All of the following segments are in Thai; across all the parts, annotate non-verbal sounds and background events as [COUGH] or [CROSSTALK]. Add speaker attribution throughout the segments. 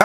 Speaker 1: อ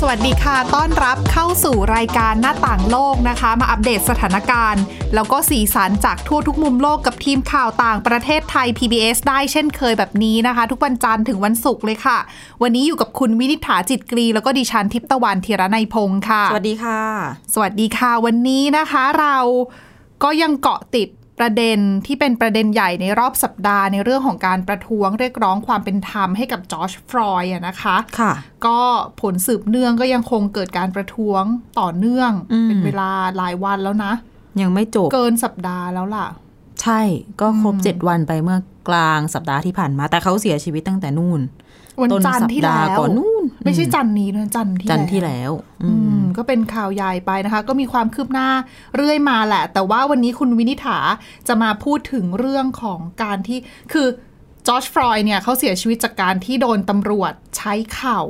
Speaker 2: สวัสดีค่ะ ต้อนรับเข้าสู่รายการหน้าต่างโลกนะคะ มาอัปเดตสถานการณ์ แล้วก็สีสันจากทั่วทุกมุมโลกกับทีมข่าวต่างประเทศไทย PBS ได้เช่นเคยแบบนี้นะคะ ทุกวันจันทร์ถึงวันศุกร์เลยค่ะ วันนี้อยู่กับคุณวินิษฐาจิตกรี แล้วก็ดิฉันทิพย์ตะวันธีรนัยพงค์ค่ะ
Speaker 3: สวัสดีค่ะ
Speaker 2: สวัสดีค่ะ วันนี้นะคะเราก็ยังเกาะติดประเด็นที่เป็นประเด็นใหญ่ในรอบสัปดาห์ในเรื่องของการประท้วงเรียกร้องความเป็นธรรมให้กับจอร์จฟรอยด์อะนะคะ
Speaker 3: ค่ะ
Speaker 2: ก็ผลสืบเนื่องก็ยังคงเกิดการประท้วงต่อเนื่อง
Speaker 3: อืม
Speaker 2: เป็นเวลาหลายวันแล้วนะ
Speaker 3: ยังไม่จบ
Speaker 2: เกินสัปดาห์แล้วล่ะ
Speaker 3: ใช่ ก็ครบ
Speaker 2: อืม
Speaker 3: เจ็ดวันไปเมื่อกลางสัปดาห์ที่ผ่านมา แต่เขาเสียชีวิตตั้งแต่นู่น
Speaker 2: วัน
Speaker 3: ต้น
Speaker 2: จันท
Speaker 3: สั
Speaker 2: ร์
Speaker 3: ป
Speaker 2: ที่
Speaker 3: ดา
Speaker 2: แล้
Speaker 3: ห์
Speaker 2: ว
Speaker 3: ก่อนนู่น
Speaker 2: ไม่ใช่จันทร์นี้นะจันทร์ที่
Speaker 3: จันทร์ที่
Speaker 2: แล้ว
Speaker 3: แล้ว
Speaker 2: อืมก็เป็นข่าวใหญ่ไปนะคะ ก็มีความคืบหน้าเรื่อยมาแหละ แต่ว่าวันนี้คุณวินิษฐาจะมาพูดถึงเรื่องของการที่คือจอร์จฟรอยด์เนี่ยเขาเสียชีวิตจากการที่โดนตำรวจใช้เข่า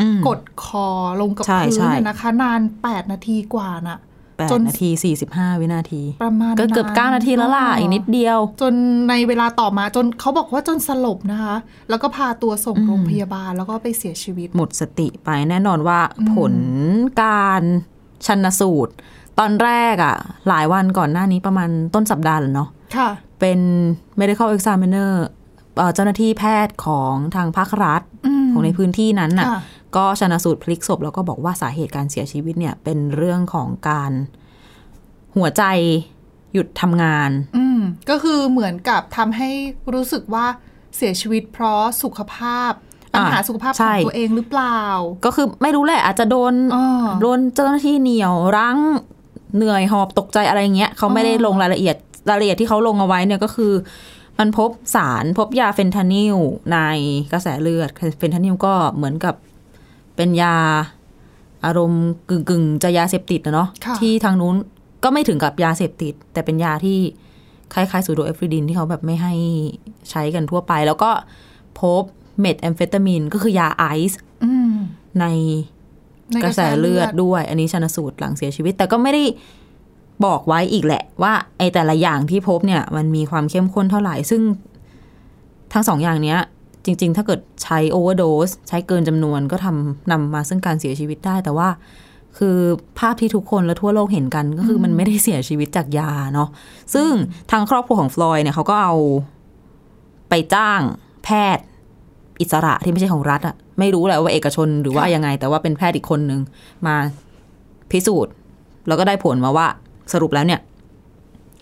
Speaker 3: อืม
Speaker 2: กดคอลงกับ
Speaker 3: ใช่
Speaker 2: พื้น
Speaker 3: ใช่
Speaker 2: น่ะนะคะ นาน 8 นาทีกว่าน่ะ
Speaker 3: แปด
Speaker 2: จน
Speaker 3: นาทีสี่สิบห้าวินาที
Speaker 2: ประมาณ
Speaker 3: ก็เกือบเก้านาทีแล้วล่ะ อีกนิดเดียว
Speaker 2: จนในเวลาต่อมาจนเขาบอกว่าจนสลบนะคะ แล้วก็พาตัวส่งโรงพยาบาลแล้วก็ไปเสียชีวิต
Speaker 3: หมดสติไปแน่นอนว่าผลการชันสูตร ตอนแรกอะหลายวันก่อนหน้านี้ประมาณต้นสัปดาห์แหล้วเนาะ
Speaker 2: ค่ะ
Speaker 3: เป็น medical examiner เอ่อเจ้าหน้าที่แพทย์ของทางภาครัฐ
Speaker 2: อืม
Speaker 3: ของในพื้นที่นั้นน่ะ
Speaker 2: ค่ะ
Speaker 3: ก็ชนะสูตรพลิกศพแล้วก็บอกว่าสาเหตุการเสียชีวิตเนี่ยเป็นเรื่องของการหัวใจหยุดทำงาน
Speaker 2: อืมก็คือเหมือนกับทำให้รู้สึกว่าเสียชีวิตเพราะสุขภาพ ปัญหา
Speaker 3: อ่า
Speaker 2: สุขภาพข
Speaker 3: ใช่
Speaker 2: องตัวเองหรือเปล่า
Speaker 3: ก็คือไม่รู้แหละอาจจะโดน
Speaker 2: อ่า
Speaker 3: โดนเจ้าหน้าที่เหนียวรั้งเหนื่อยหอบตกใจอะไรเงี้ยเขาไม่ได้ลงรายละเอียดรายละเอียดที่เขาลงเอาไว้เนี่ยก็คือ มันพบสารพบยาเฟนทานิลในกระแสเลือดเฟนทานิลก็เหมือนกับเป็นยาอารมณ์กึ่งกึ่งๆจะยาเสพติดนะเนาะ
Speaker 2: ค่ะ
Speaker 3: ที่ทางนู้นก็ไม่ถึงกับยาเสพติด แต่เป็นยาที่คล้ายๆสูโดเอฟริดินที่เขาแบบไม่ให้ใช้กันทั่วไป แล้วก็พบเมทแอมเฟตามินก็คือยาไอซ์
Speaker 2: อืม
Speaker 3: ใน
Speaker 2: ใน
Speaker 3: กระแสเลือดด้วย อันนี้ชันสูตรหลังเสียชีวิต แต่ก็ไม่ได้บอกไว้อีกแหละ ว่าไอแต่ละอย่างที่พบเนี่ย มันมีความเข้มข้นเท่าไหร่ ซึ่งทั้งสองอย่างเนี้ย จริง ๆ ถ้าเกิดใช้โอเวอร์โดสใช้เกินจำนวนก็ทำนำมาซึ่งการเสียชีวิตได้ แต่ว่า คือภาพที่ทุกคนและทั่วโลกเห็นกันก็คือมันไม่ได้เสียชีวิตจากยาเนาะซึ่งทางครอบครัวของฟลอยด์เนี่ยเขาก็เอาไปจ้างแพทย์อิสระที่ไม่ใช่ของรัฐอะไม่รู้แหละว่าเอกชนหรือว่ายังไง แต่ว่าเป็นแพทย์อีกคนนึงมาพิสูจน์ แล้วก็ได้ผลมาว่าสรุปแล้วเนี่ย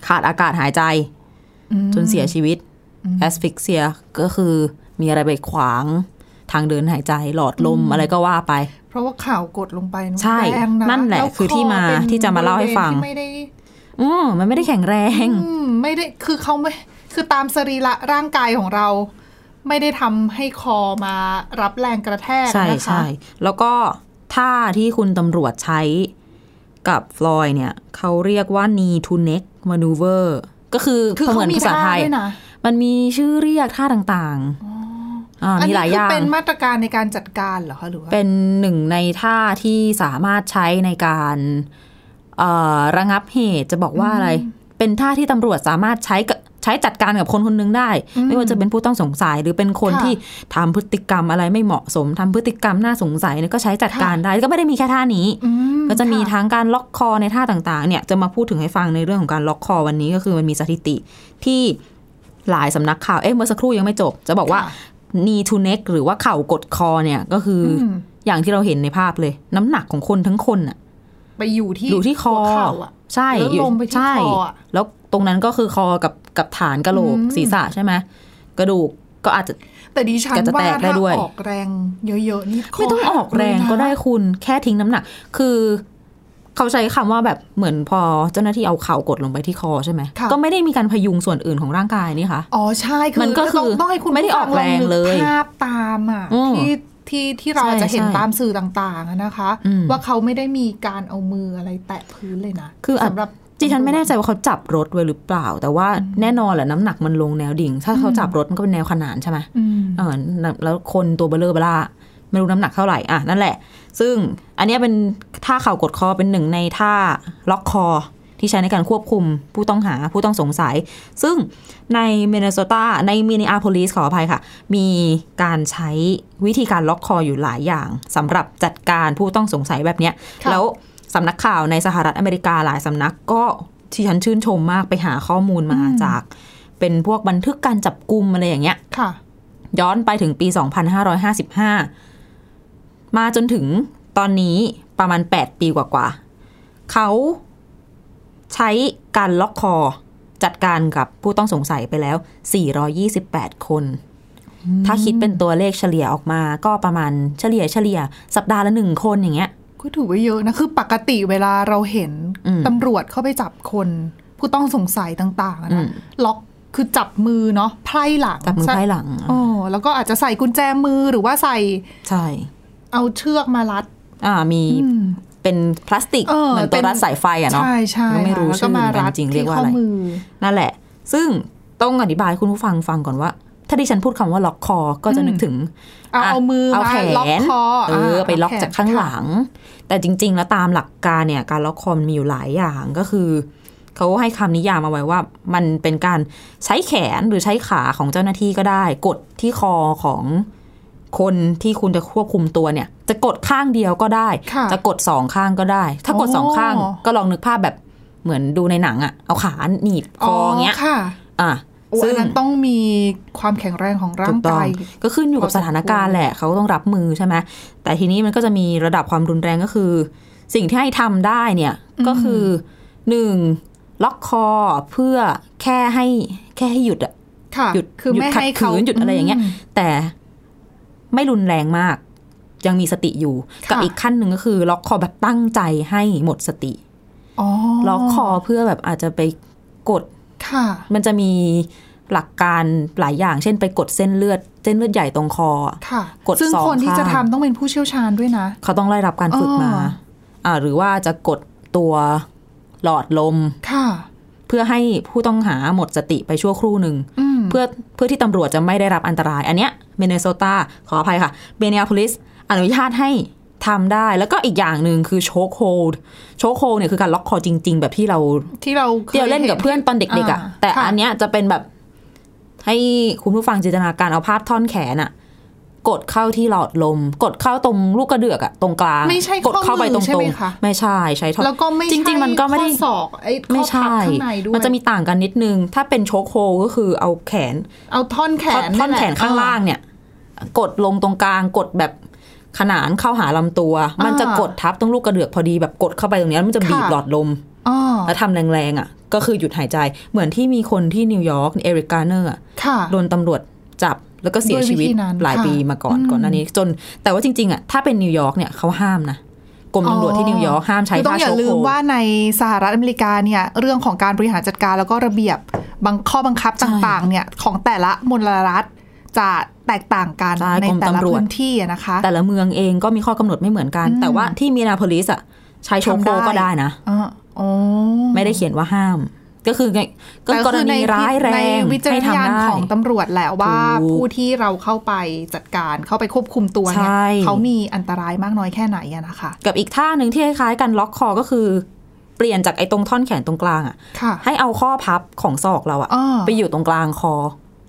Speaker 3: ขาดอากาศหายใจ
Speaker 2: อืม
Speaker 3: จนเสียชีวิตแอสฟิกเซียก็คือมีอะไรไปขวางทางเดินหายใจหลอดลมอะไรก็ว่าไป
Speaker 2: เพราะว่าข่าวกดลงไปมัน
Speaker 3: ใช่
Speaker 2: แรงนะ
Speaker 3: นั่นแหละ
Speaker 2: ว
Speaker 3: คือที่มา
Speaker 2: เป็น
Speaker 3: ที่จะมาเล่าให้ฟัง
Speaker 2: บริเวณที่ไม่ได้
Speaker 3: อืมมันไม่ได้แข็งแรง
Speaker 2: อืมไม่ได้คือเขาไม่คือตามสรีระร่างกายของเรา ไม่ได้ทำให้คอมารับแรงกระแทก
Speaker 3: ใช่
Speaker 2: นะคะ
Speaker 3: ใช่แล้วก็ท่าที่คุณตำรวจใช้กับฟลอยด์เนี่ยเขาเรียกว่า knee to neck maneuver ก็คือ
Speaker 2: คือ
Speaker 3: เหมื
Speaker 2: เขา
Speaker 3: อน
Speaker 2: มี
Speaker 3: ภาษา
Speaker 2: ท่า
Speaker 3: ไทย
Speaker 2: ด้วยนะ
Speaker 3: มันมีชื่อเรียกท่าต่างๆา
Speaker 2: อัน
Speaker 3: มี
Speaker 2: นี้
Speaker 3: หลาย
Speaker 2: คื
Speaker 3: อย่าง
Speaker 2: เป็นมาตรการในการจัดการเหรอคะหรือว่า
Speaker 3: เป็นหนึ่งในท่าที่สามารถใช้ในการเอ่อระงับเหตุจะบอกว่าอะไร เป็นท่าที่ตำรวจสามารถใช้กับใช้จัดการกับคนคนหนึงได้ ไม่ว่าจะเป็นผู้ต้องสงสัยหรือเป็นคนที่ทำพฤติกรรมอะไรไม่เหมาะสมทำพฤติกรรมน่าสงสัยเนี่ยก็ใช้จัดการได้ก็ไม่ได้มีแค่ท่านี้
Speaker 2: อื
Speaker 3: ก็จะมี
Speaker 2: ค่
Speaker 3: ทั้งการล็อกคอในท่าต่างๆ เนี่ยจะมาพูดถึงให้ฟังในเรื่องของการล็อกคอวันนี้ก็คือมันมีสถิติที่หลายสำนักข่าวเอ๊ะเมื่อสักครู่ยังไม่จบ จะบอกว่า
Speaker 2: ค่ะ
Speaker 3: knee to neck หรือว่าเข่ากดคอเนี่ยก็คืออ
Speaker 2: ม
Speaker 3: อย่างที่เราเห็นในภาพเลย น้ำหนักของคนทั้งคนอะ
Speaker 2: ไปอยู่ที่
Speaker 3: อยู่ที่คอ
Speaker 2: หัวเข่าะ
Speaker 3: ใช่
Speaker 2: แล้วลงไปที่
Speaker 3: ใช่
Speaker 2: คออะ
Speaker 3: แล้วตรงนั้นก็คือคอกับกับฐานกะโหลก
Speaker 2: อืม
Speaker 3: ศีรษะใช่ไหมกระดูกก็อาจจะ
Speaker 2: แต่ดิฉัน
Speaker 3: แกจะ
Speaker 2: ว่า
Speaker 3: แตกได้
Speaker 2: ถ้า
Speaker 3: ด้วย
Speaker 2: ออกแรงเยอะๆนี่ค
Speaker 3: ไม่ต้องออกแรง
Speaker 2: เลยนะ
Speaker 3: ก็ได้คุณแค่ทิ้งน้ำหนัก คือเขาใช้คำว่าแบบเหมือนพอเจ้าหน้าที่เอาเข่ากดลงไปที่คอใช่ไหม
Speaker 2: ค่ะ
Speaker 3: ก็ไม่ได้มีการพยุงส่วนอื่นของร่างกายนี่คะ
Speaker 2: อ๋อใช่คือ
Speaker 3: มันก็คือ
Speaker 2: ต้องต้องให้คุณ
Speaker 3: ไม่ได้ออกแรงเลย
Speaker 2: ผู้ฟังองนึกภาพตามอ่ะ
Speaker 3: อืม
Speaker 2: ที่ที่ที่เรา
Speaker 3: ใช่
Speaker 2: จะเห็น
Speaker 3: ใช่
Speaker 2: ตามสื่อต่างๆอะนะคะ
Speaker 3: อืม
Speaker 2: ว่าเขาไม่ได้มีการเอามืออะไรแตะพื้นเลยนะ
Speaker 3: คืออ่ะ
Speaker 2: สำหรับ
Speaker 3: ดิฉันไม่แน่ใจว่าเขาจับรถไว้หรือเปล่า แต่ว่าแน่นอนแหละน้ำหนักมันลงแนวดิ่ง ถ้าเขาจับรถมันก็เป็นแนวขนานใช่ไหม
Speaker 2: อืม
Speaker 3: เออแล้วคนตัวเบลอเบล่า ไม่รู้น้ำหนักเท่าไหร่อ่ะนั่นแหละ ซึ่งอันเนี้ยเป็นท่าเข่ากดคอเป็นหนึ่งในท่าล็อกคอ ที่ใช้ในการควบคุมผู้ต้องหาผู้ต้องสงสัย ซึ่งในมินนิโซตาในมินนิอาโพลิสขออภัยค่ะ มีการใช้วิธีการล็อกคออยู่หลายอย่างสำหรับจัดการผู้ต้องสงสัยแบบเนี้ย
Speaker 2: ค่ะ
Speaker 3: แล้วสำนักข่าวในสหรัฐอเมริกาหลายสำนักก็ที่ฉันชื่นชมมากไปหาข้อมูลมาจาก เป็นพวกบันทึกการจับกลุ่มอะไรอย่างเงี้ย
Speaker 2: ค่ะ
Speaker 3: ย้อนไปถึงปี 2555 มาจนถึงตอนนี้ประมาณ 8 ปีกว่าๆ เขาใช้การล็อกคอ จัดการกับผู้ต้องสงสัยไปแล้ว 428 คน ถ้าคิดเป็นตัวเลขเฉลี่ยออกมาก็ประมาณเฉลี่ยเฉลี่ยสัปดาห์ละหนึ่งคนอย่างเงี้ย
Speaker 2: ก็ถือว่าเยอะนะ คือปกติเวลาเราเห็น
Speaker 3: อืม
Speaker 2: ตำรวจเข้าไปจับคน ผู้ต้องสงสัยต่างๆอะ
Speaker 3: อื
Speaker 2: นะ
Speaker 3: ม
Speaker 2: ล็อกคือจับมือเนาะไพร่หลัง
Speaker 3: จับมือไพ่หลัง
Speaker 2: โอ้แล้วก็อาจจะใส่กุญแจมือหรือว่าใส่
Speaker 3: ใช่
Speaker 2: เอาเชือกมารัด
Speaker 3: อ่ามี
Speaker 2: อืม
Speaker 3: เป็นพลาสติก
Speaker 2: เออ
Speaker 3: เหมือน
Speaker 2: เป็
Speaker 3: ตัวน รัดสายไฟอะเนาะ
Speaker 2: ใช่ใช่
Speaker 3: ก็ไม่รู้
Speaker 2: ค่ะแล้ว
Speaker 3: ชื่
Speaker 2: ก็
Speaker 3: อ
Speaker 2: มา
Speaker 3: เหมือนกั
Speaker 2: รั
Speaker 3: น
Speaker 2: ด
Speaker 3: จริงๆเรีย
Speaker 2: ที่
Speaker 3: กว่า
Speaker 2: ข้อ
Speaker 3: อะไร
Speaker 2: มือ
Speaker 3: นั่นแหละ ซึ่งต้องอธิบายคุณผู้ฟังฟังก่อนว่า ถ้าดิฉันพูดคำว่าล็อกคอ ก็จะนึกถึง
Speaker 2: เอาเอามือ
Speaker 3: เอา
Speaker 2: มา
Speaker 3: แขน
Speaker 2: ล็อกคอ
Speaker 3: เออไปล็อก
Speaker 2: เแขน
Speaker 3: จากข้างหลัง แต่จริง ๆ แล้วตามหลักการเนี่ย การล็อกคอมันมีอยู่หลายอย่างก็คือ เขาให้คำนิยามมาไว้ว่า มันเป็นการใช้แขนหรือใช้ขาของเจ้าหน้าที่ก็ได้ กดที่คอของคนที่คุณจะควบคุมตัวเนี่ย จะกดข้างเดียวก็ได้
Speaker 2: ค่ะ
Speaker 3: จะกดสองข้างก็ได้ ถ้ากดสองข้าง
Speaker 2: อ๋อ
Speaker 3: ก็ลองนึกภาพแบบเหมือนดูในหนังอะเอาขาหนีบคออย่างเงี้ย
Speaker 2: ค่ะ
Speaker 3: อ่ะ
Speaker 2: โอ้
Speaker 3: ซึ่
Speaker 2: อั
Speaker 3: ง
Speaker 2: นนั้นต้องมีความแข็งแรงของร่า
Speaker 3: ถู
Speaker 2: ง
Speaker 3: กต้อ
Speaker 2: า
Speaker 3: ก
Speaker 2: ง ย
Speaker 3: ก็ขึ้นอยู่กับสถานการณ์แหละ เขาต้องรับมือใช่ไหมแต่ทีนี้มันก็จะมีระดับความรุนแรงก็คือ สิ่งที่ให้ทำได้เนี่ย
Speaker 2: อืม
Speaker 3: ก็คือหนึ่งล็อกคอเพื่อแค่ให้แค่ให้หยุดอะ
Speaker 2: ค่ะ
Speaker 3: หยุด
Speaker 2: คือ
Speaker 3: หยุด
Speaker 2: ไม่
Speaker 3: ขัด
Speaker 2: ให้เขา
Speaker 3: ขืนหยุดอะไรอย่างเงี้ย
Speaker 2: ม
Speaker 3: แต่ไม่รุนแรงมาก ยังมีสติอยู่
Speaker 2: ค่ะ
Speaker 3: กับอีกขั้นหนึ่งก็คือ ล็อกคอแบบตั้งใจให้หมดสติ
Speaker 2: อ๋อ
Speaker 3: ล็อกคอเพื่อแบบอาจจะไปกด
Speaker 2: ค่ะ
Speaker 3: มันจะมีหลักการหลายอย่าง เช่นไปกดเส้นเลือด เส้นเลือดใหญ่ตรงคอ
Speaker 2: ค่ะ
Speaker 3: กด
Speaker 2: ซึ่ง
Speaker 3: สอง
Speaker 2: คนที่
Speaker 3: ข้าง
Speaker 2: จะทำต้องเป็นผู้เชี่ยวชาญด้วยนะ
Speaker 3: เขาต้องได้รับการฝึกมา
Speaker 2: อ๋อ
Speaker 3: อ่า หรือว่าจะกดตัวหลอดลม
Speaker 2: ค่ะ
Speaker 3: เพื่อให้ผู้ต้องหาหมดสติไปชั่วครู่หนึ่ง
Speaker 2: อืม
Speaker 3: เพื่อเพื่อที่ตำรวจจะไม่ได้รับอันตราย อันเนี้ยเมเนโซตาขออภัยค่ะเมเนียโพลิสอนุญาตให้ทำได้ แล้วก็อีกอย่างหนึ่งคือโชคโฮลโชคโฮลเนี่ยคือการล็อกคอจริง ๆ แบบที่เรา
Speaker 2: ที่เราค
Speaker 3: เดี๋ยวเล่นกับเพื่อนตอนเด็กๆอ่ะ
Speaker 2: อ่า
Speaker 3: แต่
Speaker 2: ค่ะ
Speaker 3: อันเนี้ยจะเป็นแบบให้คุณผู้ฟังจินตนาการเอาภาพท่อนแขนอ่ะ กดเข้าที่หลอดลม กดเข้าตรงลูกกระเดือกอ่ะตรงกลาง
Speaker 2: ไม่ใช่
Speaker 3: กดเข้าไปตรง
Speaker 2: ข้อมือใช่
Speaker 3: ๆ
Speaker 2: ไหมคะ
Speaker 3: ไม่ใช่ใช้ท่อน
Speaker 2: แล้วก็ไม่
Speaker 3: จริง ๆ มันก็ไม่ได้
Speaker 2: ข้อศอกไอ้ข้อ
Speaker 3: ไม่
Speaker 2: พั
Speaker 3: ใช่
Speaker 2: บข้างในด้วย
Speaker 3: มันจะมีต่างกันนิดนึง ถ้าเป็นโชคโฮลก็คือเอาแขน
Speaker 2: เอาท่อนแข
Speaker 3: ท่อน นท่อนแขนข้างล่าง
Speaker 2: เ
Speaker 3: เนี่ย กดลงตรงกลางกดแบบขนานเข้าหาลำตัว มันจะกดทับตรงลูกกระเดือกพอดีแบบกดเข้าไปตรงเนี้ยแล้วมันจะบีบ
Speaker 2: ค่ะ
Speaker 3: หลอดลม
Speaker 2: อ๋อ
Speaker 3: แล้วทำแรงๆอ่ะ ก็คือหยุดหายใจเหมือนที่มีคนที่นิวยอร์กเอริกกาเนอร์
Speaker 2: ค่ะ
Speaker 3: โดนตำรวจจับแล้วก็เสียชีวิต
Speaker 2: ด้วยวิธีนั้น
Speaker 3: หลายปีมาก่อน
Speaker 2: ค่ะ
Speaker 3: ก่อนหน้านี้ จนแต่ว่าจริงๆอ่ะถ้าเป็นนิวยอร์กเนี่ยเขาห้ามนะกรมตำรวจ
Speaker 2: อ๋อ
Speaker 3: ที่นิวยอร์กห้ามใช้
Speaker 2: คือต้อ
Speaker 3: ท่าง
Speaker 2: อย่า
Speaker 3: โชว์
Speaker 2: ลื
Speaker 3: โค
Speaker 2: มว่าในสหรัฐอเมริกาเนี่ยเรื่องของการบริหารจัดการแล้วก็ระเบียบบางข้อบังคับต่างๆ เนี่ยของแต่ละมลรัฐจะแตกต่างกัน
Speaker 3: ใช่
Speaker 2: ใน
Speaker 3: กรม
Speaker 2: แต่ละ
Speaker 3: ตำรวจ
Speaker 2: พื้นที่อะนะคะ
Speaker 3: แต่ละเมืองเองก็มีข้อกำหนดไม่เหมือนกัน
Speaker 2: อืม
Speaker 3: แต่ว่าที่มีนาโพลิสอ่ะใช้โชว์โค
Speaker 2: ทำได้
Speaker 3: ก็ได้นะ
Speaker 2: อ๋ออ๋อ
Speaker 3: ไม่ได้เขียนว่าห้าม ก็คือไงก็
Speaker 2: แต่
Speaker 3: กร
Speaker 2: คือใน
Speaker 3: ณีร้ายแร
Speaker 2: ใน
Speaker 3: ง
Speaker 2: วิจาร
Speaker 3: ให้
Speaker 2: ณญาณ
Speaker 3: ทำได้
Speaker 2: ของตำรวจแหละว่า
Speaker 3: ถูก
Speaker 2: ผู้ที่เราเข้าไปจัดการเข้าไปควบคุมตัวเนี่ย
Speaker 3: ใช่
Speaker 2: เขามีอันตรายมากน้อยแค่ไหนอะนะคะ
Speaker 3: กับอีกท่าหนึ่งที่คล้ายๆกันล็อกคอก็คือ เปลี่ยนจากไอ้ตรงท่อนแขนตรงกลางอ่ะ
Speaker 2: ค่ะ
Speaker 3: ให้เอาข้อพับของศอกเราอะ
Speaker 2: อ่า
Speaker 3: ไปอยู่ตรงกลางคอ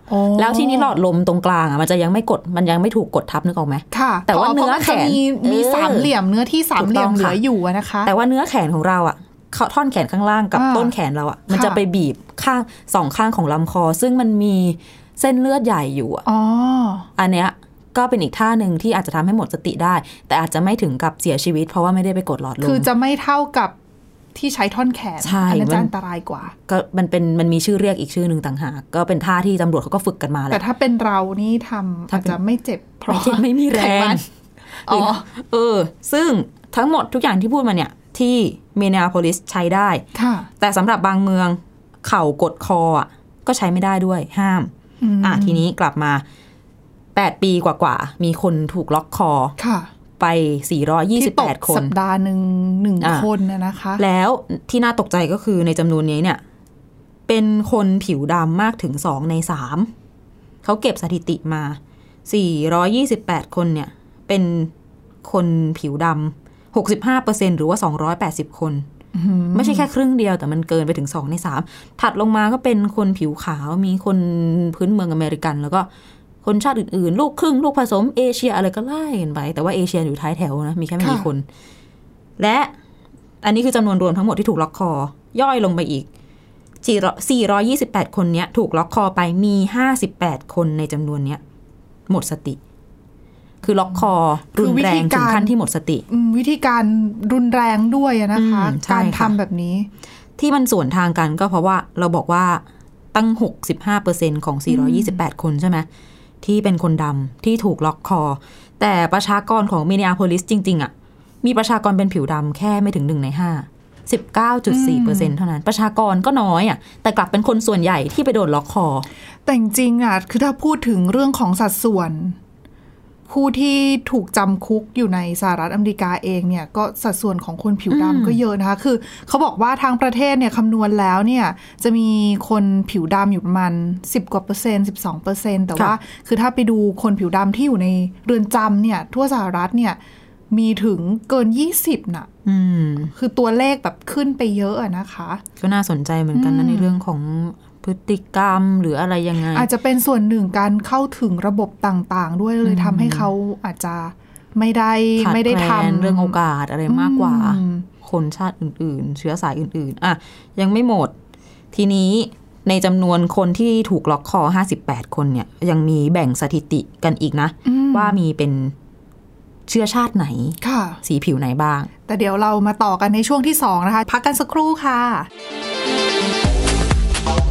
Speaker 2: โอ้
Speaker 3: แล้วทีนี้หลอดลมตรงกลางอะมันจะยังไม่กดมันยังไม่ถูกกดทับนึกออกไหม
Speaker 2: ค่ะ
Speaker 3: แต่ว่า
Speaker 2: พระ
Speaker 3: เนื้อ
Speaker 2: มัจะมี
Speaker 3: แขน
Speaker 2: มี
Speaker 3: เออ
Speaker 2: สามเหลี่ยมเนื้อที่สามเหลี่ยม
Speaker 3: ถูกต้อง
Speaker 2: เหลื
Speaker 3: ค่ะ
Speaker 2: ออยู่อะนะคะ
Speaker 3: แต่ว่าเนื้อแขนของเราอะเขาท่อนแขนข้างล่างกับ
Speaker 2: อ่า
Speaker 3: ต้นแขนเราอะมัน
Speaker 2: ค่ะ
Speaker 3: จะไปบีบข้างสองข้างของลำคอ ซึ่งมันมีเส้นเลือดใหญ่อยู่อะ
Speaker 2: อ๋อ
Speaker 3: อันเนี้ยก็เป็นอีกท่าหนึ่งที่อาจจะทำให้หมดสติได้ แต่อาจจะไม่ถึงกับเสียชีวิต เพราะว่าไม่ได้ไปกดหลอดลม
Speaker 2: คือจะไม่เท่ากับที่ใช้ท่อนแขน
Speaker 3: ใช่
Speaker 2: อันั้น
Speaker 3: มั
Speaker 2: จะ
Speaker 3: น
Speaker 2: อันตรายกว่า
Speaker 3: ก็มันเป็นมันมีชื่อเรียกอีกชื่อหนึ่งต่างหากก็เป็นท่าที่ตำรวจเขาก็ฝึกกันมาแห
Speaker 2: แต่
Speaker 3: ละ
Speaker 2: ถ้าเป็นเรานี่ทำ
Speaker 3: ถ้า
Speaker 2: อาจ
Speaker 3: เป็น
Speaker 2: จะไม่เจ็บเพ
Speaker 3: ไม่
Speaker 2: ราะ
Speaker 3: ใช่ [LAUGHS] ไม่มีแร
Speaker 2: ไข
Speaker 3: ง
Speaker 2: มันอ๋อ
Speaker 3: เออ ซึ่งทั้งหมดทุกอย่างที่พูดมาเนี่ย ที่เมเนียโพลิสใช้ได้
Speaker 2: ค่ะ
Speaker 3: แต่สำหรับบางเมืองเข่ากดคออ่ะก็ใช้ไม่ได้ด้วยห้าม
Speaker 2: อืม
Speaker 3: อ่ะ ทีนี้กลับมา 8 ปีกว่าๆ มีคนถูกล็อกคอ
Speaker 2: ค่ะ
Speaker 3: ไป
Speaker 2: ที่ตก
Speaker 3: 428 ค
Speaker 2: สั
Speaker 3: น
Speaker 2: ปดาห์หนึ่งหนึ่ง
Speaker 3: อ่า
Speaker 2: คนน่ะนะคะ
Speaker 3: แล้วที่น่าตกใจก็คือในจำนวนนี้เนี่ย เป็นคนผิวดำมากถึง 2 ใน 3 เขาเก็บสถิติมา 428 คนเนี่ย เป็นคนผิวดำ65%หรือว่า 280 คน ไม่ใช่แค่ครึ่งเดียวแต่มันเกินไปถึง 2 ใน 3 ถัดลงมาก็เป็นคนผิวขาวมีคนพื้นเมืองอเมริกัน แล้วก็คนชาติอื่นๆ ลูกครึ่ง ลูกผสมเอเชียอะไรก็ไล่กันไป แต่ว่าเอเชียอยู่ท้ายแถวนะ มีแค่ไม่กี่
Speaker 2: ค่ะ
Speaker 3: คน และอันนี้คือจำนวนรวมทั้งหมดที่ถูกล็อกคอ ย่อยลงไปอีก 428 คนเนี้ยถูกล็อกคอไปมี 58 คนในจำนวนเนี้ยหมดสติ คือล็อกคอรุนแรงถึงขั้นที่หมดสติ
Speaker 2: อืมวิธีการรุนแรงด้วยอะนะคะ
Speaker 3: อืมใช่
Speaker 2: การ
Speaker 3: ค่ะ
Speaker 2: ทำแบบนี้
Speaker 3: ที่มันส่วนทางกันก็เพราะว่าเราบอกว่าตั้ง 65%ของ 428 คนใช่ไหมที่เป็นคนดำที่ถูกล็อกคอ แต่ประชากรของมินเน a โพลิสจริง ๆอะมีประชากรเป็นผิวดำแค่ไม่ถึง 1 ใน 5 19.4%เท่านั้น ประชากรก็น้อยอะแต่กลับเป็นคนส่วนใหญ่ที่ไปโดนล็อกคอ
Speaker 2: แต่จริงๆอ่ะคือถ้าพูดถึงเรื่องของสัดส่วน ผู้ที่ถูกจำคุกอยู่ในสหรัฐอเมริกาเองเนี่ย ก็สัดส่วนของคนผิว
Speaker 3: อืม
Speaker 2: ดำก็เยอะนะคะ คือเขาบอกว่าทางประเทศเนี่ยคำนวณแล้วเนี่ย จะมีคนผิวดำอยู่ประมาณ 10 กว่าเปอร์เซ็นต์12เปอร์เซ็นต์แต่ว่าคือถ้าไปดูคนผิวดำที่อยู่ในเรือนจำเนี่ย ทั่วสหรัฐเนี่ยมีถึงเกิน 20น่ะ
Speaker 3: อืม
Speaker 2: คือตัวเลขแบบขึ้นไปเยอะอะนะคะ
Speaker 3: ก็น่าสนใจเหมือนกันนะในเรื่องของพฤติกรรมหรืออะไรยังไง
Speaker 2: อาจจะเป็นส่วนหนึ่งการเข้าถึงระบบต่างๆ ด้วยเลยทำให้เขาอาจจะไม่ได้
Speaker 3: ขา
Speaker 2: ไม่ได้
Speaker 3: แคล
Speaker 2: ทำ
Speaker 3: นเรื่องโอกาสอะไรมากกว่า
Speaker 2: อืม
Speaker 3: คนชาติอื่น ๆ เชื้อสายอื่น ๆ อ่ะ ยังไม่หมด ทีนี้ในจำนวนคนที่ถูกล็อกคอ 58 คนเนี่ย ยังมีแบ่งสถิติกันอีกนะ
Speaker 2: อืม
Speaker 3: ว่ามีเป็นเชื้อชาติไหน
Speaker 2: ค่ะ
Speaker 3: สีผิวไหนบ้าง
Speaker 2: แต่เดี๋ยวเรามาต่อกันในช่วงที่ 2 นะคะ พักกันสักครู่ค่ะ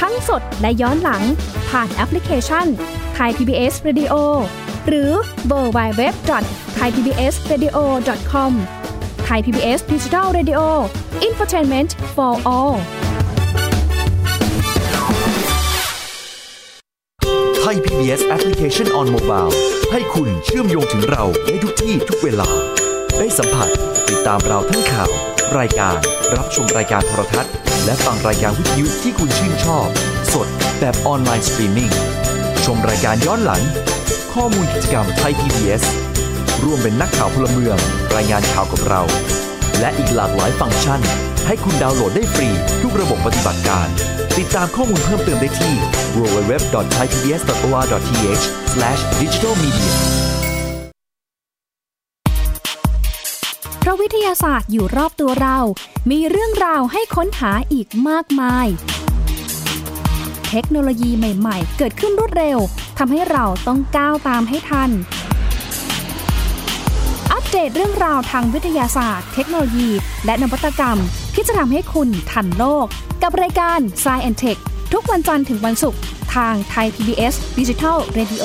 Speaker 4: ทั้งสดและย้อนหลัง ผ่านแอปพลิเคชันไทย PBS Radio หรือเวอร์ไบเว็บไทยพีบีเอสเรดิโอคอมไทยพีบีเอสดิจิทัลเรดิโออินฟอร์ทนเมนต์ for all
Speaker 5: ไทย PBS Application on Mobile ให้คุณเชื่อมโยงถึงเราในทุกที่ทุกเวลา ได้สัมผัสติดตามเราทั้งข่าว รายการ รับชมรายการโทรทัศน์ และฟังรายการวิทยุที่คุณชื่นชอบ สดแบบออนไลน์สตรีมมิ่งชมรายการย้อนหลัง ข้อมูลกิจกรรมไทย PBS ร่วมเป็นนักข่าวพลเมือง รายงานข่าวกับเรา และอีกหลากหลายฟังก์ชัน ให้คุณดาวน์โหลดได้ฟรี ทุกระบบปฏิบัติการ ติดตามข้อมูลเพิ่มเติมได้ที่ www.thaipbs.or.th/digitalmedia
Speaker 4: เพราะวิทยาศาสตร์อยู่รอบตัวเรา มีเรื่องราวให้ค้นหาอีกมากมาย เทคโนโลยีใหม่ๆ เกิดขึ้นรวดเร็ว ทำให้เราต้องก้าวตามให้ทัน อัปเดตเรื่องราวทางวิทยาศาสตร์ เทคโนโลยี และนวัตกรรม ที่จะทำให้คุณทันโลก กับรายการ s c i e n d Tech ทุกวันจันทร์ถึงวันศุกร์ทางไทย PBS Digital Radio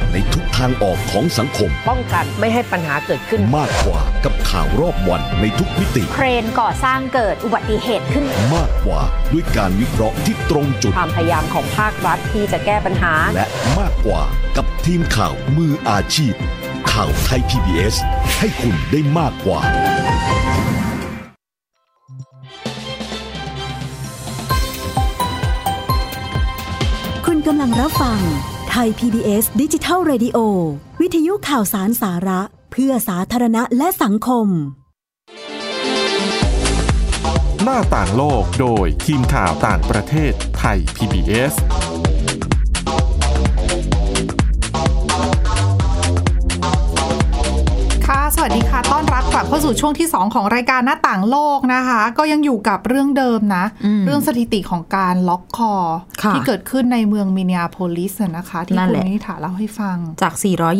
Speaker 6: ในทุกทางออกของสังคม
Speaker 7: ป้องกันไม่ให้ปัญหาเกิดขึ้น
Speaker 6: มากกว่ากับข่าวรอบวันในทุกมิติ
Speaker 8: เครนก่อสร้างเกิดอุบัติเหตุขึ้น
Speaker 6: มากกว่าด้วยการวิเคราะห์ที่ตรงจุด
Speaker 7: ความพยายามของภาครัฐที่จะแก้ปัญหา
Speaker 6: และมากกว่ากับทีมข่าวมืออาชีพ ข่าวไทย PBS ให้คุณได้มากกว่า
Speaker 9: คุณกำลังรับฟังไทย PBS ดิจิทัล Radio วิทยุข่าวสารสาระ เพื่อสาธารณะและสังคม
Speaker 1: หน้าต่างโลกโดยทีมข่าวต่างประเทศไทย PBS
Speaker 2: ค่ะ สวัสดีค่ะ ต้อนรับกลับ ลับเข้าสู่ช่วงที่ 2 ของรายการหน้าต่างโลกนะคะ ก็ยังอยู่กับเรื่องเดิมนะ
Speaker 3: อืม
Speaker 2: เรื่องสถิติของการล็อกคอ
Speaker 3: ค่ะ
Speaker 2: ที่เกิดขึ้นในเมืองมินนีอาโพลิสนะคะ ที่
Speaker 3: นั่น
Speaker 2: คุณ
Speaker 3: แหละ
Speaker 2: นิถาเล่าให้ฟัง
Speaker 3: จาก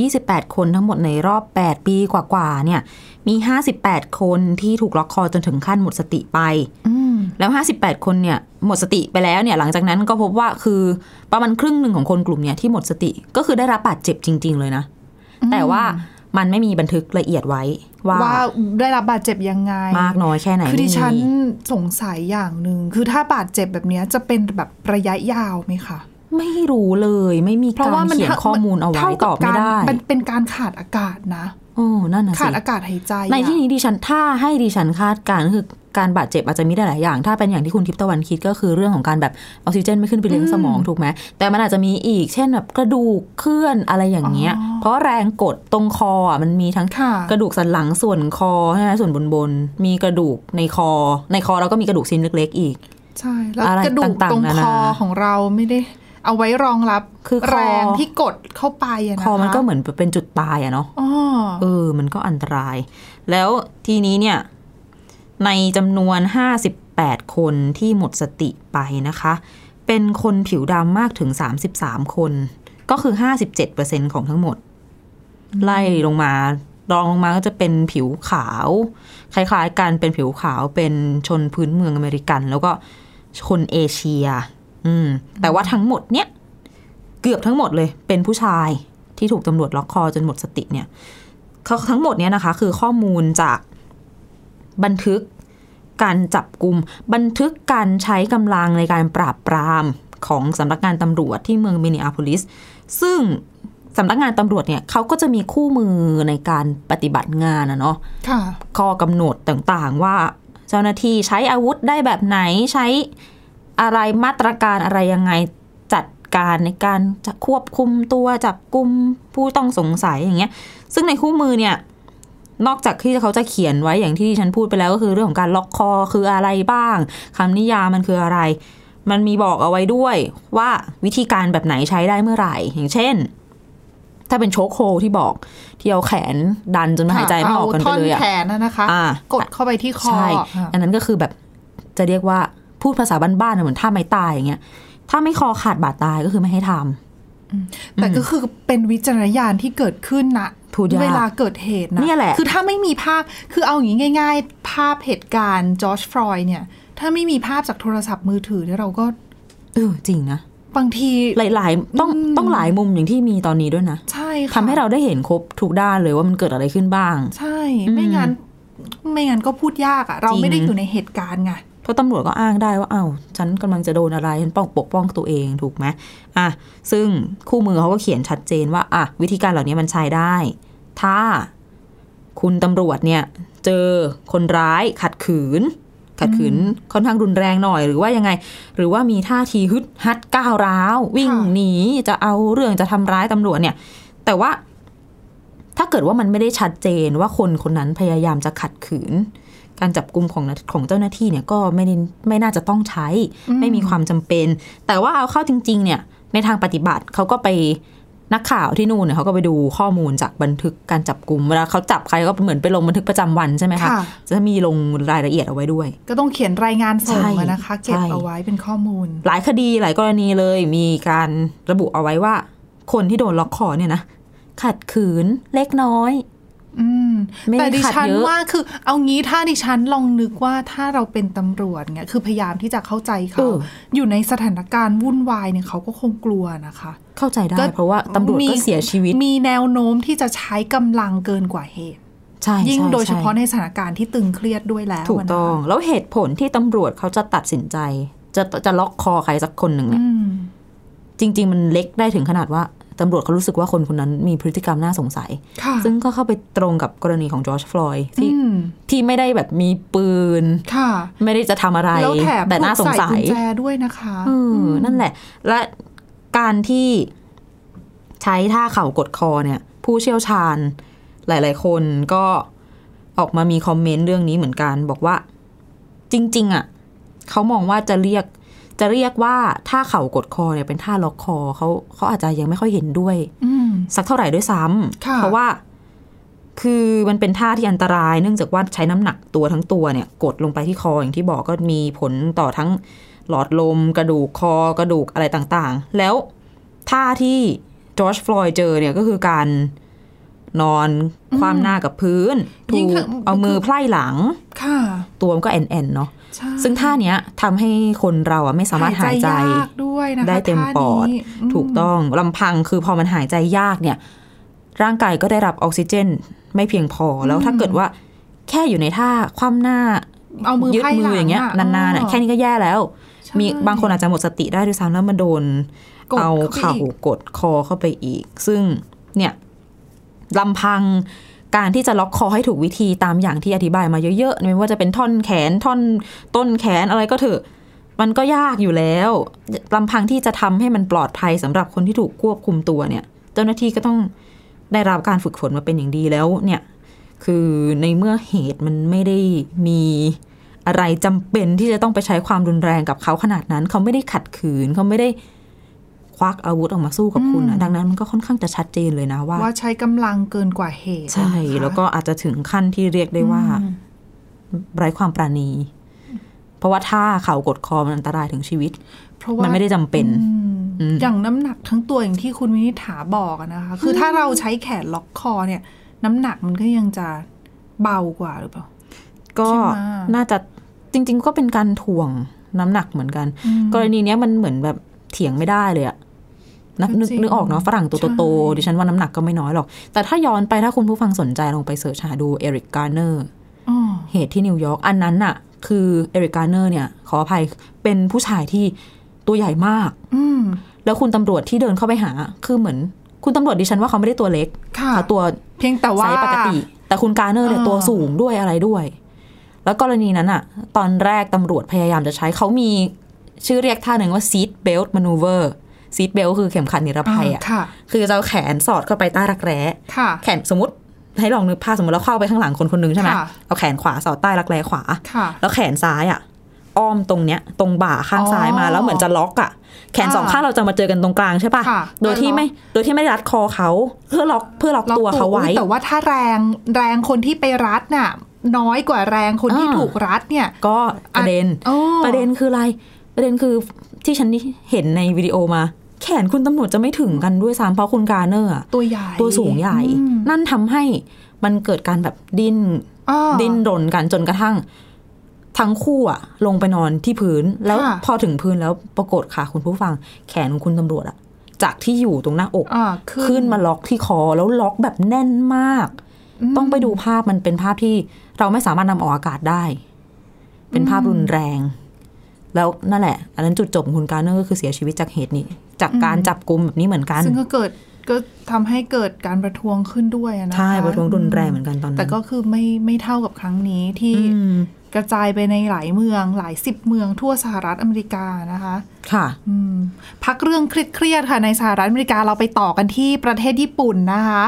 Speaker 3: 428 คนทั้งหมดในรอบ 8 ปีกว่าๆ เนี่ย มี 58 คนที่ถูกล็อกคอจนถึงขั้นหมดสติไป
Speaker 2: อืม
Speaker 3: แล้ว 58 คนเนี่ยหมดสติไปแล้วเนี่ย หลังจากนั้นก็พบว่าคือประมาณครึ่งหนึ่งของคนกลุ่มเนี่ยที่หมดสติ ก็คือได้รับบาดเจ็บจริง ๆ เลยนะ แต่ว่ามันไม่มีบันทึกละเอียดไว้ว่า
Speaker 2: ว่าได้รับบาดเจ็บยังไง
Speaker 3: มากน้อยแค่ไหน
Speaker 2: คือดิ
Speaker 3: ไม่มี
Speaker 2: ฉันสงสัยอย่างหนึ่งคือถ้าบาดเจ็บแบบเนี้ยจะเป็นแบบระยะยาวไหมคะ
Speaker 3: ไม่รู้เลยไม่มีการ
Speaker 2: เพาะว่า
Speaker 3: เขียนข้อมูลเอาไว้
Speaker 2: ท่
Speaker 3: ตอบไม่
Speaker 2: การ
Speaker 3: ได้
Speaker 2: เป็นเป็นการขาดอากาศนะ
Speaker 3: โอ้นั่นน่ะ
Speaker 2: ขาด
Speaker 3: สิ
Speaker 2: อากาศหายใจ
Speaker 3: ในที่
Speaker 2: อะ
Speaker 3: นี้ดิฉันถ้าให้ดิฉันคาดการณ์คือการบาดเจ็บอาจจะมีได้หลายอย่าง ถ้าเป็นอย่างที่คุณทิพย์ตะวันคิดก็คือเรื่องของการแบบออกซิเจนไม่ขึ้นไปเลี้ยงสมองถูกไหมแต่มันอาจจะมีอีกเช่นแบบกระดูกเคลื่อนอะไรอย่างเงี้ย เพราะแรงกดตรงคออะมันมีทั้ง
Speaker 2: ค่ะ
Speaker 3: กระดูกสันหลังส่วนคอใช่ไหมส่วนบนบนๆมีกระดูกในคอ ในคอเราก็มีกระดูกชิ้นเล็ก ๆ อีก
Speaker 2: ใช่แล้ว
Speaker 3: อะไร
Speaker 2: กระดูก
Speaker 3: ต่างๆ
Speaker 2: ตรง
Speaker 3: นา
Speaker 2: คอ
Speaker 3: นา
Speaker 2: ของเราไม่ได้ เอาไว้รองรับ
Speaker 3: คือคอ
Speaker 2: แรงที่กดเข้าไปอะนะ
Speaker 3: คอมันก็เห
Speaker 2: น
Speaker 3: มือนเป็นจุดตายอะเนาะ
Speaker 2: อ๋อ
Speaker 3: เออ มันก็อันตราย แล้วทีนี้เนี่ย ในจำนวน 58 คนที่หมดสติไปนะคะ เป็นคนผิวดำมากถึง 33 คน ก็คือ 57%ของทั้งหมด ไล่ลงมารองลงมาก็จะเป็นผิวขาว คล้ายๆกันเป็นผิวขาวเป็นชนพื้นเมืองอเมริกัน แล้วก็คนเอเชีย อืม แต่ว่าทั้งหมดเนี่ย เกือบทั้งหมดเลย เป็นผู้ชายที่ถูกตำรวจล็อกคอจนหมดสติเนี่ย เขาทั้งหมดเนี่ยนะคะ คือข้อมูลจากบันทึกการจับกลุ่มบันทึกการใช้กำลังในการปราบปรามของสำนักงานตำรวจที่เมืองมินนิอาโพลิส ซึ่งสำนักงานตำรวจเนี่ยเขาก็จะมีคู่มือในการปฏิบัติงานนะเนาะ
Speaker 2: ค่ะ
Speaker 3: ข้อกำหนดต่างๆว่าเจ้าหน้าที่ใช้อาวุธได้แบบไหนใช้อะไรมาตรการอะไรยังไงจัดการในการจะควบคุมตัวจับกลุ่มผู้ต้องสงสัยอย่างเงี้ย ซึ่งในคู่มือเนี่ยนอกจากที่เขาจะเขียนไว้อย่างที่ดิฉันพูดไปแล้วก็คือเรื่องของการล็อกคอคืออะไรบ้างคำนิยามมันคืออะไร มันมีบอกเอาไว้ด้วยว่าวิธีการแบบไหนใช้ได้เมื่อไหร่ อย่างเช่น ถ้าเป็นโชคโฮลที่บอกที่เอาแขนดันจนหายใจไม่ออกกันไปเลย
Speaker 2: อาท่อน
Speaker 3: อะ
Speaker 2: แขนน่ะนะคะ
Speaker 3: อ่าก
Speaker 2: ดเข้าไปที่คอ
Speaker 3: ใช่
Speaker 2: ค่ะ
Speaker 3: อันนั้นก็คือแบบจะเรียกว่าพูดภาษาบ้านๆน่ะเหมือนท่าไม้ตายอย่างเงี้ย ถ้าไม่คอขาดบาดตายก็คือไม่ให้ทำ
Speaker 2: แต่ก็คือเป็นวิจารณญาณที่เกิดขึ้นนะ
Speaker 3: พูดยาก
Speaker 2: เวลาเกิดเหตุนะ
Speaker 3: เนี่ยแหละ
Speaker 2: คือถ้าไม่มีภาพคือเอาอย่างนี้ง่าย ๆ ภาพเหตุการณ์จอร์จฟรอยด์เนี่ย ถ้าไม่มีภาพจากโทรศัพท์มือถือเนี่ยเราก็
Speaker 3: เออจริงนะ
Speaker 2: บางที
Speaker 3: หลายๆ ต้องต้องหลายมุมอย่างที่มีตอนนี้ด้วยนะ
Speaker 2: ใช่ค่ะ
Speaker 3: ทำให้เราได้เห็นครบทุกด้านเลยว่ามันเกิดอะไรขึ้นบ้าง
Speaker 2: ใช่ ไม่งั้น ไม่งั้นก็พูดยากอะเรา
Speaker 3: จริง
Speaker 2: ไม่ได้อยู่ในเหตุการณ์ไง
Speaker 3: เพราะตำรวจก็อ้างได้ว่าอ้าวฉันกำลังจะโดนอะไรฉันป้องปกป้องตัวเองถูกไหมอ่ะซึ่งคู่มือเขาก็เขียนชัดเจนว่าอ่ะวิธีการเหล่านี้มันใช้ได้ ถ้าคุณตำรวจเนี่ยเจอคนร้ายขัดขืน ขัดขืนค่อนข้างรุนแรงหน่อยหรือว่ายังไง หรือว่ามีท่าทีฮึดฮัดก้าวร้าว วิ่งหนีจะเอาเรื่องจะทำร้ายตำรวจเนี่ย แต่ว่าถ้าเกิดว่ามันไม่ได้ชัดเจนว่าคนคนนั้นพยายามจะขัดขืน การจับกลุ่มของนะของเจ้าหน้าที่เนี่ยก็ไม่ได้ไม่น่าจะต้องใช้ ไม่มีความจำเป็น แต่ว่าเอาเข้าจริง ๆ เนี่ย ในทางปฏิบัติเขาก็ไปนักข่าวที่นู่นเนี่ยเขาก็ไปดูข้อมูลจากบันทึกการจับกลุ่มเวลาเขาจับใครก็เหมือนไปลงบันทึกประจำวันใช่ไหมคะ
Speaker 2: ค่ะ
Speaker 3: จะมีลงรายละเอียดเอาไว้ด้วย
Speaker 2: ก็ต้องเขียนรายงานส่ง
Speaker 3: ใช่
Speaker 2: อะนะคะ เก็บ
Speaker 3: ใช่
Speaker 2: เอาไว้เป็นข้อมูล
Speaker 3: หลายคดีหลายกรณีเลยมีการระบุเอาไว้ว่า คนที่โดนล็อกคอเนี่ยนะขัดขืนเล็กน้อย
Speaker 2: อืม
Speaker 3: ไม่ได้
Speaker 2: แต่ดิ
Speaker 3: ขัด
Speaker 2: ฉัน
Speaker 3: เยอะ
Speaker 2: ว่าคือเอางี้ถ้าดิฉันลองนึกว่าถ้าเราเป็นตำรวจเนี่ยคือพยายามที่จะเข้าใจ
Speaker 3: เอ
Speaker 2: เขา
Speaker 3: อ
Speaker 2: อยู่ในสถานการณ์วุ่นวายเนี่ยเขาก็คงกลัวนะคะ
Speaker 3: เข้าใจได้
Speaker 2: ก็
Speaker 3: เพราะว่าตำรวจ
Speaker 2: มี
Speaker 3: ก็เสียชีวิต
Speaker 2: มีแนวโน้มที่จะใช้กำลังเกินกว่าเหตุ
Speaker 3: ใช่
Speaker 2: ยิ่ง
Speaker 3: ใช่
Speaker 2: โดยเฉพาะ
Speaker 3: ใช่
Speaker 2: ในสถานการณ์ที่ตึงเครียดด้วยแล้ว
Speaker 3: ถูกต้อง
Speaker 2: นะคะ
Speaker 3: แล้วเหตุผลที่ตำรวจเขาจะตัดสินใจ จะจะล็อกคอใครสักคนหนึ่งเนี่ย
Speaker 2: อืม
Speaker 3: จริง ๆ มันเล็กได้ถึงขนาดว่าตำรวจเขารู้สึกว่าคนคนนั้นมีพฤติกรรมน่าสงสัย
Speaker 2: ค่ะ
Speaker 3: ซึ่งก็เข้าไปตรงกับกรณีของจอร์จฟลอยด์ที่
Speaker 2: อืม
Speaker 3: ที่ไม่ได้แบบมีปืน
Speaker 2: ค่ะ
Speaker 3: ไม่ได้จะทำอะไร
Speaker 2: แล้วแถม
Speaker 3: แต่น่าสงสั
Speaker 2: ถูกใกุ
Speaker 3: ย
Speaker 2: ญแจด้วยนะคะ
Speaker 3: เอออนั่นแหละ และการที่ใช้ท่าเข่ากดคอเนี่ย ผู้เชี่ยวชาญหลาย ๆ คนก็ออกมามีคอมเมนต์เรื่องนี้เหมือนกันบอกว่า จริง ๆ อ่ะเขามองว่าจะเรียก จะเรียกว่าท่าเข่ากดคอเนี่ยเป็นท่าล็อกคอเขาเขาอาจจะยังไม่ค่อยเห็นด้วย
Speaker 2: อืม
Speaker 3: สักเท่าไหร่ด้วยซ้ำ
Speaker 2: ค่ะ
Speaker 3: เพราะว่า คือมันเป็นท่าที่อันตราย เนื่องจากว่าใช้น้ำหนักตัวทั้งตัวเนี่ย กดลงไปที่คออย่างที่บอกก็มีผลต่อทั้งหลอดลม กระดูกคอกระดูกอะไรต่างๆ แล้วท่าที่จอร์จฟลอยด์เจอเนี่ยก็คือการนอนคว่ำหน้ากับพื้น
Speaker 2: ยิ่
Speaker 3: ถู
Speaker 2: ง
Speaker 3: ก
Speaker 2: ถ้า
Speaker 3: เอามือไพร่หลัง
Speaker 2: ค่ะ
Speaker 3: ตัวมันก็แอนๆเนาะ
Speaker 2: ใช่
Speaker 3: ซึ่งท่าเนี้ยทำให้คนเราอะไม่สามารถหายใจ
Speaker 2: ยากด้วยนะคะ
Speaker 3: ได้เต็ม
Speaker 2: ท่านี้
Speaker 3: ปอด
Speaker 2: ม
Speaker 3: ถูกต้องลำพังคือพอมันหายใจยากเนี่ย ร่างกายก็ได้รับออกซิเจน ไม่เพียงพอแล้วถ้าเกิดว่า แค่อยู่ในท่าคว่ำหน้า
Speaker 2: เอามือ
Speaker 3: ยืด
Speaker 2: ไพ่
Speaker 3: มื
Speaker 2: ห
Speaker 3: อ
Speaker 2: ลั
Speaker 3: อย่างเงี้ยนานๆอะแค่นี้ก็แย่แล้ว
Speaker 2: ใช่
Speaker 3: มีบางคนอาจจะหมดสติได้ด้วยซ้ำแล้วมันโดน
Speaker 2: กด
Speaker 3: เอา
Speaker 2: เข้าไปอีก
Speaker 3: เข่ากดคอเข้าไปอีก ซึ่งเนี่ยลำพังการที่จะล็อกคอให้ถูกวิธีตามอย่างที่อธิบายมาเยอะๆไม่ว่าจะเป็นท่อนแขนท่อนต้นแขนอะไรก็เถอะ มันก็ยากอยู่แล้วลำพังที่จะทำให้มันปลอดภัยสำหรับคนที่ถูกควบคุมตัวเนี่ย เจ้าหน้าที่ก็ต้องได้รับการฝึกฝนมาเป็นอย่างดีแล้วเนี่ย คือในเมื่อเหตุมันไม่ได้มีอะไรจำเป็นที่จะต้องไปใช้ความรุนแรงกับเขาขนาดนั้น เขาไม่ได้ขัดขืน เขาไม่ได้ควักอาวุธออกมาสู้กับคุณนะดังนั้นมันก็ค่อนข้างจะชัดเจนเลยนะว่า
Speaker 2: ว่าใช้กำลังเกินกว่าเหตุ
Speaker 3: ใช่
Speaker 2: นะคะ
Speaker 3: แล้วก็อาจจะถึงขั้นที่เรียกได้ว่าไร้ความปราณี เพราะว่าถ้าเขากดคอมันอันตรายถึงชีวิต
Speaker 2: เพราะว่า
Speaker 3: มั
Speaker 2: มัน
Speaker 3: ไม่ได้จำเป็น ม
Speaker 2: อย่างน้ำหนักทั้งตัวอย่างที่คุณวินิษฐาบอกอะนะคะ คือถ้าเราใช้แขนล็อกคอเนี่ย น้ำหนักมันก็ยังจะเบากว่าหรือเปล่า
Speaker 3: ก็
Speaker 2: ใช่ไหม
Speaker 3: น่าจะจริง ๆ ก็เป็นการถ่วงน้ำหนักเหมือนกัน กรณีเนี้ยมันเหมือนแบบเถียงไม่ได้เลยอะนักนึก
Speaker 2: จริง
Speaker 3: นึกออกเนาะฝรั่งตัวโต
Speaker 2: ใช่
Speaker 3: ๆดิฉันว่าน้ำหนักก็ไม่น้อยหรอก แต่ถ้าย้อนไปถ้าคุณผู้ฟังสนใจลองไปเสิร์ชหาดูเอริกการ์เนอร์
Speaker 2: อ๋อ
Speaker 3: เหตุที่นิวยอร์กอันนั้นน่ะ คือเอริกการ์เนอร์เนี่ย ขออภัยเป็นผู้ชายที่ตัวใหญ่มาก
Speaker 2: อืม
Speaker 3: แล้วคุณตำรวจที่เดินเข้าไปหา คือเหมือน คุณตำรวจดิฉันว่าเขาไม่ได้ตัวเล็ก
Speaker 2: ค่ะ
Speaker 3: เขาตัว
Speaker 2: เพียงแต่ว่า
Speaker 3: ไซส์ปกติ แต่คุณการเนอร์เนี่ย
Speaker 2: อ่า
Speaker 3: ตัวสูงด้วยอะไรด้วย แล้วกรณีนั้นอะตอนแรกตำรวจพยายามจะใช้เขามีชื่อเรียกท่าหนึ่งว่า seat belt maneuver seat belt คือเข็มขัดนิรภัยอะ
Speaker 2: ค่ะ
Speaker 3: คือจะเอาแขนสอดเข้าไปใต้รักแร้
Speaker 2: ค่ะ
Speaker 3: แขนสมมติให้ลองนึกภาพสมมติเราเข้าไปข้างหลังคนคนหนึงใช่ไหม
Speaker 2: ค่ะ
Speaker 3: เอาแขนขวาสอดใต้รักแร้ขวา
Speaker 2: ค่ะ
Speaker 3: แล้วแขนซ้ายอะอ้อมตรงเนี้ย ตรงบ่าข้าง
Speaker 2: อ๋อ
Speaker 3: ซ้ายมาแล้วเหมือนจะล็อกอะแขนสอง
Speaker 2: อ่า
Speaker 3: ข้างเราจะมาเจอกันตรงกลางใช่ปะ
Speaker 2: ค่ะ
Speaker 3: โดยที่
Speaker 2: แล้วล็อก
Speaker 3: ไม่โดยที่ไม่รัดคอเขาเพื่อล็อกเพื่อล็อกตัวเขาไว้
Speaker 2: อุ๊ยแต่ว่าถ้าแรงแรงคนที่ไปรัดน่ะ น้อยกว่าแรงคนที่
Speaker 3: อ่า
Speaker 2: ถูกรัดเนี่ย
Speaker 3: ก็ประเด็น
Speaker 2: อ๋อ
Speaker 3: ประเด็นคืออะไร ประเด็นคือที่ฉันเห็นในวิดีโอมา แขนคุณตำรวจจะไม่ถึงกันด้วยซ้ำเพราะคุณการเนอร์อะ
Speaker 2: ตัวใหญ่
Speaker 3: ตัวสูงใหญ่
Speaker 2: อืม
Speaker 3: นั่นทำให้มันเกิดการแบบดิ้น
Speaker 2: อ้อ
Speaker 3: ดิ้นรนกันจนกระทั่ง ทั้งคู่อะลงไปนอนที่พื้น แล้ว
Speaker 2: ค่ะ
Speaker 3: พอถึงพื้นแล้วปรากฏค่ะ คุณผู้ฟัง แขนของคุณตำรวจอะจากที่อยู่ตรงหน้าอก
Speaker 2: อ่า
Speaker 3: ขึ้นมาล็อกที่คอแล้วล็อกแบบแน่นมาก
Speaker 2: ม
Speaker 3: ต้องไปดูภาพมันเป็นภาพที่เราไม่สามารถนำออกอากาศได้ เป็นภาพรุนแรง แล้วนั่นแหละ อันนั้นจุดจบของคุณการเนอร์ก็คือเสียชีวิตจากเหตุนี้ จากการจับกลุ่มแบบนี้เหมือนกัน
Speaker 2: ซึ่งก็เกิดก็ทำให้เกิดการประท้วงขึ้นด้วยอนะคะ
Speaker 3: ใช่ประท้วงรุนแรงเหมือนกันตอนนั้น
Speaker 2: แต่ก็คือไม่ไม่เท่ากับครั้งนี้ที่
Speaker 3: อืม
Speaker 2: กระจายไปในหลายเมืองหลายสิบเมืองทั่วสหรัฐอเมริกานะคะ
Speaker 3: ค่ะ
Speaker 2: อืมพักเรื่องเครียดๆค่ะในสหรัฐอเมริกาเราไปต่อกันที่ประเทศญี่ปุ่นนะคะ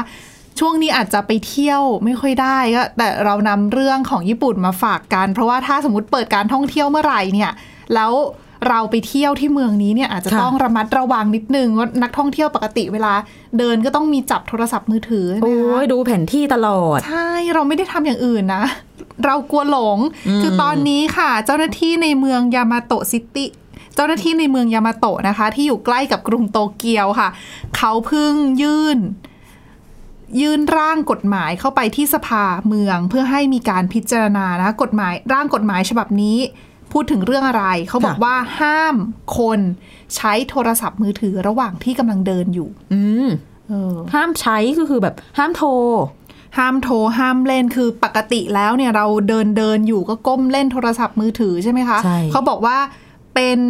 Speaker 2: ช่วงนี้อาจจะไปเที่ยวไม่ค่อยได้ก็แต่เรานำเรื่องของญี่ปุ่นมาฝากกัน เพราะว่าถ้าสมมติเปิดการท่องเที่ยวเมื่อไหร่เนี่ย แล้วเราไปเที่ยวที่เมืองนี้เนี่ยอาจจะ
Speaker 3: ค่ะ
Speaker 2: ต้องระมัดระวังนิดนึงว่านักท่องเที่ยวปกติเวลา เดินก็ต้องมีจับโทรศัพท์มือถือใช่ไหม
Speaker 3: โอ้
Speaker 2: คะ
Speaker 3: ยดูแผนที่ตลอด
Speaker 2: ใช่เราไม่ได้ทำอย่างอื่นนะ [LAUGHS] เรากลัวหลง คือตอนนี้ค่ะ เจ้าหน้าที่ในเมืองยามาโตะซิตี้เจ้าหน้าที่ในเมืองยามาโตะนะคะ ที่อยู่ใกล้กับกรุงโตเกียวค่ะ เขาเพิ่งยื่น ยื่นร่างกฎหมายเข้าไปที่สภาเมืองเพื่อให้มีการพิจารณานะกฎหมายร่างกฎหมายฉบับนี้ พูดถึงเรื่องอะไร เขาบอก
Speaker 3: ค่ะ
Speaker 2: ว่าห้ามคนใช้โทรศัพท์มือถือระหว่างที่กำลังเดินอยู่
Speaker 3: อืม
Speaker 2: เออ
Speaker 3: ห้ามใช้ก็คือแบบห้ามโทร
Speaker 2: ห้ามโทรห้ามเล่นคือปกติแล้วเนี่ยเราเดินเดินอยู่ก็ก้มเล่นโทรศัพท์มือถือใช่ไหมคะ
Speaker 3: ใช่
Speaker 2: เขาบอกว่าเป็น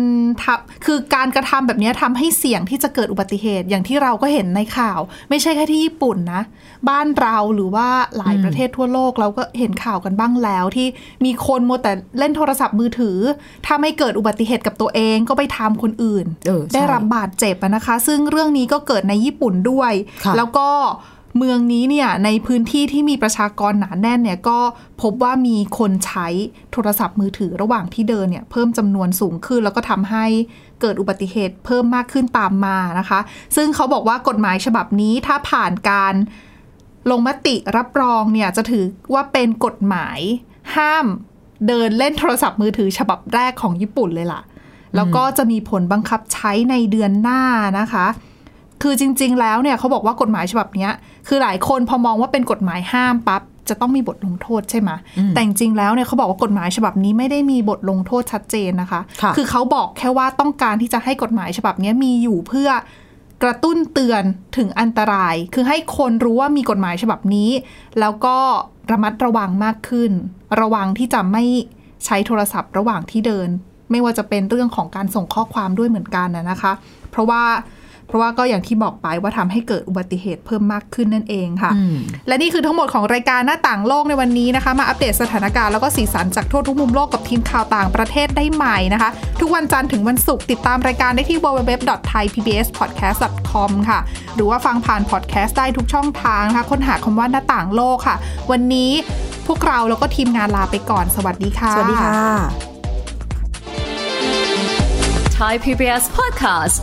Speaker 2: ทับคือการกระทำแบบเนี้ยทำให้เสี่ยงที่จะเกิดอุบัติเหตุอย่างที่เราก็เห็นในข่าว ไม่ใช่แค่ที่ญี่ปุ่นนะ บ้านเราหรือว่าหลายประเทศทั่วโลกเราก็เห็นข่าวกันบ้างแล้วที่มีคนมัวแต่เล่นโทรศัพท์มือถือ ถ้าไม่เกิดอุบัติเหตุกับตัวเองก็ไปทำคนอื่น
Speaker 3: เออใช่
Speaker 2: ได้รับบาดเจ็บอะนะคะ ซึ่งเรื่องนี้ก็เกิดในญี่ปุ่นด้วย
Speaker 3: ค่ะ
Speaker 2: แล้วก็เมืองนี้เนี่ยในพื้นที่ที่มีประชากรหนาแน่นเนี่ยก็พบว่ามีคนใช้โทรศัพท์มือถือระหว่างที่เดินเนี่ยเพิ่มจำนวนสูงขึ้น แล้วก็ทำให้เกิดอุบัติเหตุเพิ่มมากขึ้นตามมานะคะ ซึ่งเขาบอกว่ากฎหมายฉบับนี้ถ้าผ่านการ ลงมติรับรองเนี่ยจะถือว่าเป็นกฎหมาย ห้ามเดินเล่นโทรศัพท์มือถือฉบับแรกของญี่ปุ่นเลยล่ะ แล้วก็จะมีผลบังคับใช้ในเดือนหน้านะคะ คือจริง ๆ แล้วเนี่ยเขาบอกว่ากฎหมายฉบับเนี้ย คือหลายคนพอมองว่าเป็นกฎหมายห้ามปั๊บจะต้องมีบทลงโทษใช่ไหม
Speaker 3: อืม
Speaker 2: แต่จริงๆแล้วเนี่ยเขาบอกว่ากฎหมายฉบับนี้ไม่ได้มีบทลงโทษชัดเจนนะคะ
Speaker 3: ค่ะ
Speaker 2: อเขาบอกแค่ว่าต้องการที่จะให้กฎหมายฉบับเนี้ยมีอยู่เพื่อ กระตุ้นเตือนถึงอันตราย คือให้คนรู้ว่ามีกฎหมายฉบับนี้ แล้วก็ระมัดระวังมากขึ้น ระวังที่จะไม่ใช้โทรศัพท์ระหว่างที่เดิน ไม่ว่าจะเป็นเรื่องของการส่งข้อความด้วยเหมือนกันนะนะคะ เพราะว่าเพราะว่าก็อย่างที่บอกไปว่าทำให้เกิดอุบัติเหตุเพิ่มมากขึ้นนั่นเองค่ะ
Speaker 3: อืม
Speaker 2: และนี่คือทั้งหมดของรายการหน้าต่างโลกในวันนี้นะคะ มาอัปเดตสถานการณ์แล้วก็สีสันจากทั่วทุกมุมโลกกับทีมข่าวต่างประเทศได้ใหม่นะคะ ทุกวันจันทร์ถึงวันศุกร์ติดตามรายการได้ที่ www.thaipbspodcast.com ค่ะ หรือว่าฟังผ่านพอดแคสต์ได้ทุกช่องทางนะคะค้นหาคำว่าหน้าต่างโลกค่ะ วันนี้พวกเราแล้วก็ทีมงานลาไปก่อน สวัสดีค่ะ
Speaker 3: สวัสดีค่ะ
Speaker 10: Thai PBS podcast.